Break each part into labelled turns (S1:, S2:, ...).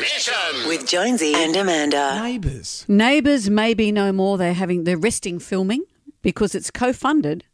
S1: Mission.
S2: With Jonesy and Amanda.
S3: Neighbours.
S4: Neighbours maybe no more. They're having they're resting filming because it's co-funded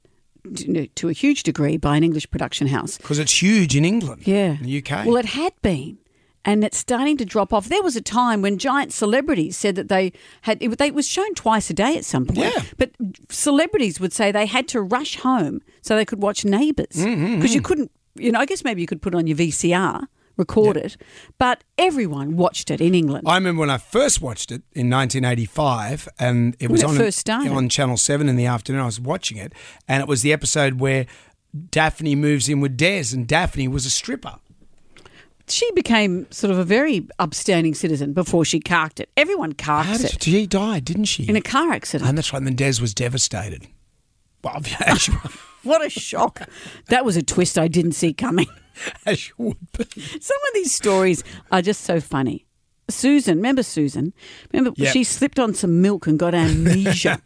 S4: to, to a huge degree by an English production house.
S3: Because it's huge in England.
S4: Yeah,
S3: In the UK.
S4: Well, it had been, and it's starting to drop off. There was a time when giant celebrities said that they had it, they it was shown twice a day at some point.
S3: Yeah.
S4: But celebrities would say they had to rush home so they could watch Neighbours because you couldn't. You know, I guess maybe you could put it on your VCR, record it, but everyone watched it in England.
S3: I remember when I first watched it in 1985, and it was
S4: it
S3: on
S4: first started?
S3: on Channel Seven in the afternoon. I was watching it, and it was the episode where Daphne moves in with Des, and Daphne was a stripper.
S4: she became sort of a very upstanding citizen before she carked it. Everyone
S3: How
S4: carks
S3: did
S4: it
S3: she died, didn't she?
S4: in a car accident.
S3: and that's right. And then Des was devastated. Well, as you,
S4: What a shock! that was a twist I didn't see coming.
S3: as you would be.
S4: Some of these stories are just so funny. Susan, remember Susan? Remember
S3: Yep.
S4: she slipped on some milk and got amnesia,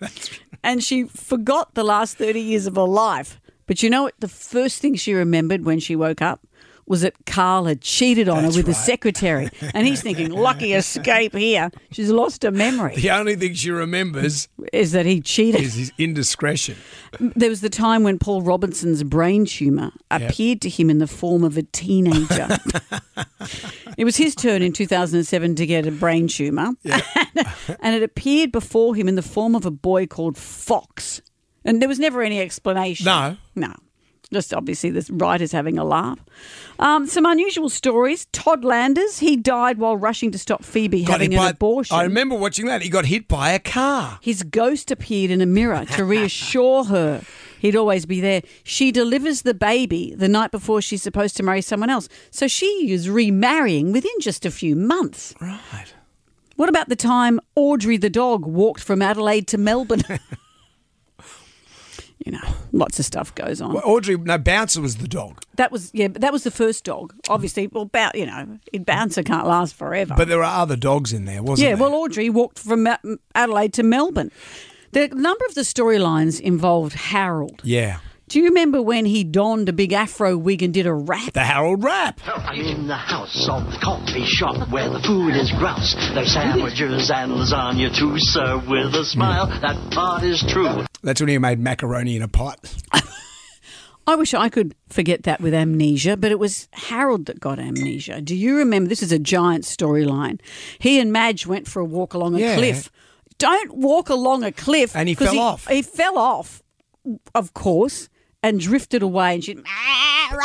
S4: and she forgot the last thirty years of her life. But you know what? The first thing she remembered when she woke up was that Carl had cheated on her with the secretary, and he's thinking, "Lucky escape here." She's lost her memory.
S3: The only thing she remembers
S4: is that he cheated.
S3: is his indiscretion.
S4: There was the time when Paul Robinson's brain tumour appeared to him in the form of a teenager. it was his turn in 2007 to get a brain tumour, and it appeared before him in the form of a boy called Fox. And there was never any explanation.
S3: No.
S4: No. Just obviously, this writer's having a laugh. Um, some unusual stories. Todd Landers, he died while rushing to stop Phoebe
S3: Got
S4: having
S3: hit
S4: an
S3: by-
S4: abortion.
S3: I remember watching that. He got hit by a car.
S4: His ghost appeared in a mirror to reassure her he'd always be there. She delivers the baby the night before she's supposed to marry someone else. So she is remarrying within just a few months.
S3: Right.
S4: What about the time Audrey the dog walked from Adelaide to Melbourne? you know, lots of stuff goes on.
S3: Well, Audrey, no, Bouncer was the dog.
S4: that was yeah, but that was the first dog. Obviously, well, bou- you know, it bouncer can't last forever.
S3: But there were other dogs in there, wasn't
S4: yeah,
S3: there?
S4: well, Audrey walked from Ma- Adelaide to Melbourne. The number of the storylines involved Harold.
S3: yeah.
S4: Do you remember when he donned a big afro wig and did a rap?
S3: The Harold Rap.
S5: In the house of the coffee shop where the food is grouse, there's sandwiches and lasagna too, served with a smile. That part is true.
S3: That's when he made macaroni in a pot.
S4: I wish I could forget that with amnesia, but it was Harold that got amnesia. Do you remember? This is a giant storyline. He and Madge went for a walk along a
S3: Yeah.
S4: cliff. Don't walk along a cliff.
S3: And he
S4: 'cause
S3: fell off.
S4: He fell off, of course, and drifted away. And she, "Ah,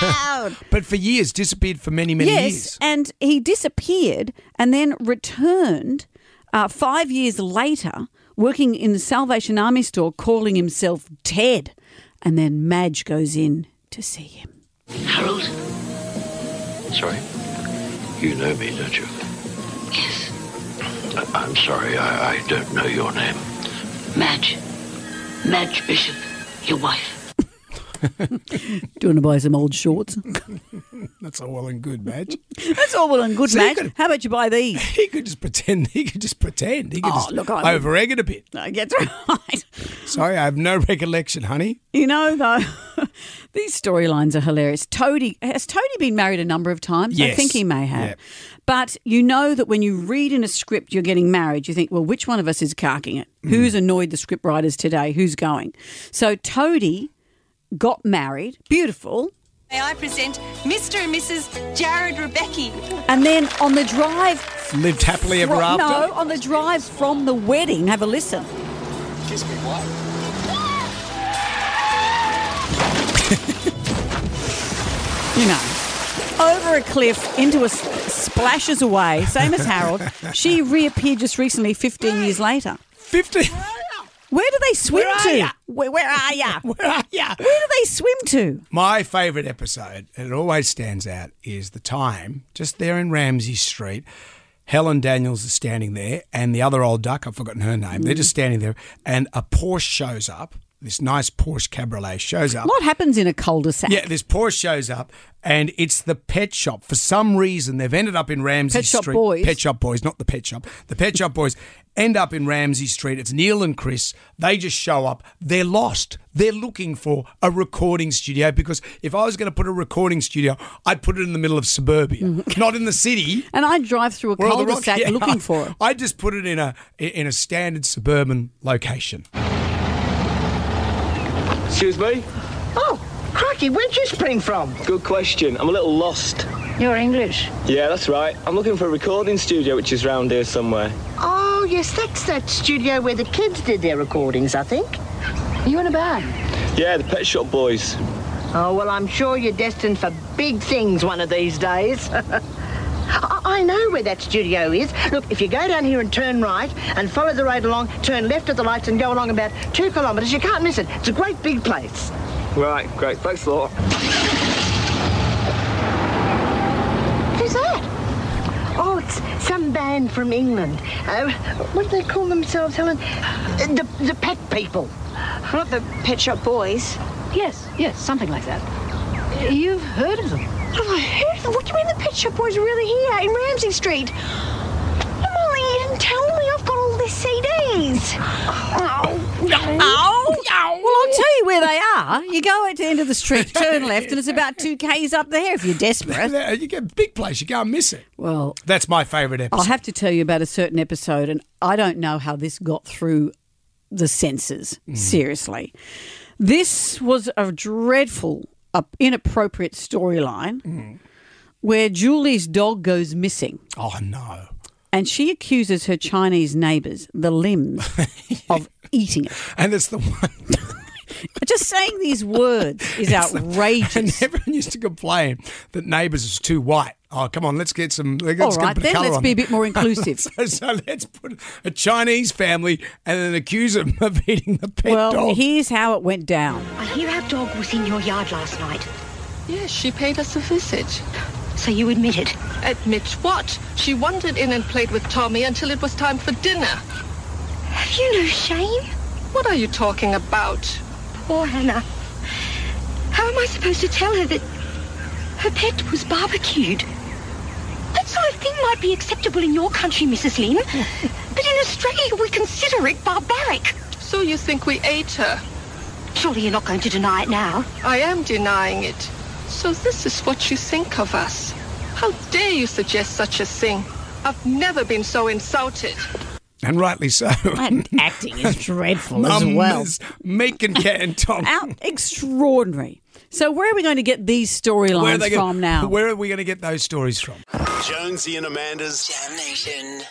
S4: Harold!
S3: But for years, disappeared for many, many
S4: yes,
S3: years.
S4: and he disappeared and then returned uh, five years later, working in the Salvation Army store, calling himself Ted. And then Madge goes in to see him.
S5: Harold,
S6: Sorry? You know me, don't you? Yes. I- am sorry, I-, I don't know your name.
S7: Madge. Madge Bishop, your wife.
S4: Do you want to buy some old shorts?
S3: That's all well and good, Madge.
S4: That's all well and good,
S3: So you
S4: Madge.
S3: could-
S4: How about you buy these?
S3: he could just pretend. He could just pretend. He could
S4: Oh,
S3: just
S4: look, I-
S3: over egg it a bit.
S4: No, that's right.
S3: Sorry, I have no recollection, honey.
S4: You know, though, these storylines are hilarious. Toadie has Toadie been married a number of times? I
S3: Yes.
S4: think he may have.
S3: Yep.
S4: But you know that when you read in a script you're getting married, you think, well, which one of us is carking it? Who's annoyed the script writers today? Who's going? So Toadie got married, beautiful,
S8: May I present Mr. and Mrs. Jared Rebecki?
S4: and then on the drive,
S3: Lived happily ever
S4: fro-
S3: after.
S4: no, on the drive from the wedding, have a listen. you know, over a cliff into a s- splashes away, same as Harold. she reappeared just recently, 15 years later.
S3: Fifty.
S4: Where do they swim
S3: Where are
S4: to?
S3: ya?
S4: Where, where are ya? Where
S3: Where are ya?
S4: do they swim to?
S3: My favourite episode, and it always stands out, is the time just there in Ramsey Street. Helen Daniels is standing there, and the other old duck, I've forgotten her name, they're just standing there, and a Porsche shows up. this nice Porsche Cabriolet shows up.
S4: What happens in a cul-de-sac?
S3: Yeah, this Porsche shows up, and it's the pet shop. For some reason, they've ended up in Ramsey
S4: Pet Shop
S3: Street.
S4: Boys?
S3: Pet Shop Boys, not the Pet Shop. The Pet Shop Boys end up in Ramsey Street. It's Neil and Chris. They just show up. They're lost. They're looking for a recording studio because if I was going to put a recording studio, I'd put it in the middle of suburbia, not in the city.
S4: And I drive through a
S3: where all the
S4: Mm. cul-de-sac
S3: rock- yeah.
S4: looking for it.
S3: I just put it in a in a standard suburban location.
S1: Excuse me?
S9: Oh, crikey, where'd you spring from?
S1: Good question. I'm a little lost.
S9: You're English.
S1: Yeah, that's right. I'm looking for a recording studio which is round here somewhere.
S9: Oh, yes, that's that studio where the kids did their recordings, I think. Are you in a band?
S1: Yeah, the Pet Shop Boys.
S9: Oh, well, I'm sure you're destined for big things one of these days. I I know where that studio is. Look, if you go down here and turn right and follow the road along, turn left at the lights and go along about two kilometres, you can't miss it. It's a great big place.
S1: Right, great. Thanks a lot.
S9: Who's that? Oh, it's some band from England. Uh, what do they call themselves, Helen? Uh, The, the Pet People.
S8: Not the Pet Shop Boys.
S9: Yes, yes, something like that. You've heard of them?
S8: Have Oh, I heard of them? What do you mean the Pet Shop Boys are really here in Ramsey Street? Molly, you didn't tell me I've got all these CDs. Oh,
S4: Oh, well, I'll tell you where they are. You go at the end of the street, turn left, and it's about two k's up there if you're desperate.
S3: Yeah, uh, You get a big place, you can't miss it.
S4: Well,
S3: That's my favourite episode.
S4: I'll have to tell you about a certain episode, and I don't know how this got through the censors. Seriously, this was a dreadful, uh, inappropriate storyline where Julie's dog goes missing.
S3: Oh no.
S4: And she accuses her Chinese neighbours, the Lims, of eating it.
S3: And it's the one
S4: Just saying these words is outrageous.
S3: and everyone used to complain that neighbours is too white. Oh come on, let's get some let's
S4: All
S3: get
S4: right,
S3: a bit of
S4: then
S3: colour
S4: let's
S3: on
S4: be a
S3: them.
S4: bit more inclusive.
S3: so, so let's put a Chinese family and then accuse them of eating the pet
S4: well,
S3: dog.
S4: here's how it went down.
S7: I hear our dog was in your yard last night.
S10: Yes, she paid us a visit.
S7: So you admit it.
S10: Admit what? She wandered in and played with Tommy until it was time for dinner.
S7: Have you no shame?
S10: What are you talking about?
S7: Poor Hannah. How am I supposed to tell her that her pet was barbecued? That sort of thing might be acceptable in your country, Mrs. Lynn. but in Australia, we consider it barbaric.
S10: So you think we ate her?
S7: Surely you're not going to deny it now.
S10: I am denying it. So this is what you think of us. How dare you suggest such a thing? I've never been so insulted.
S3: and rightly so.
S4: And acting is dreadful as
S3: Mum
S4: well.
S3: is meek and cat and Tom.
S4: Out extraordinary. So where are we going to get these storylines
S3: gonna-
S4: from now?
S3: Where are we going to get those stories from?
S11: Jonesy and Amanda's
S2: Damnation.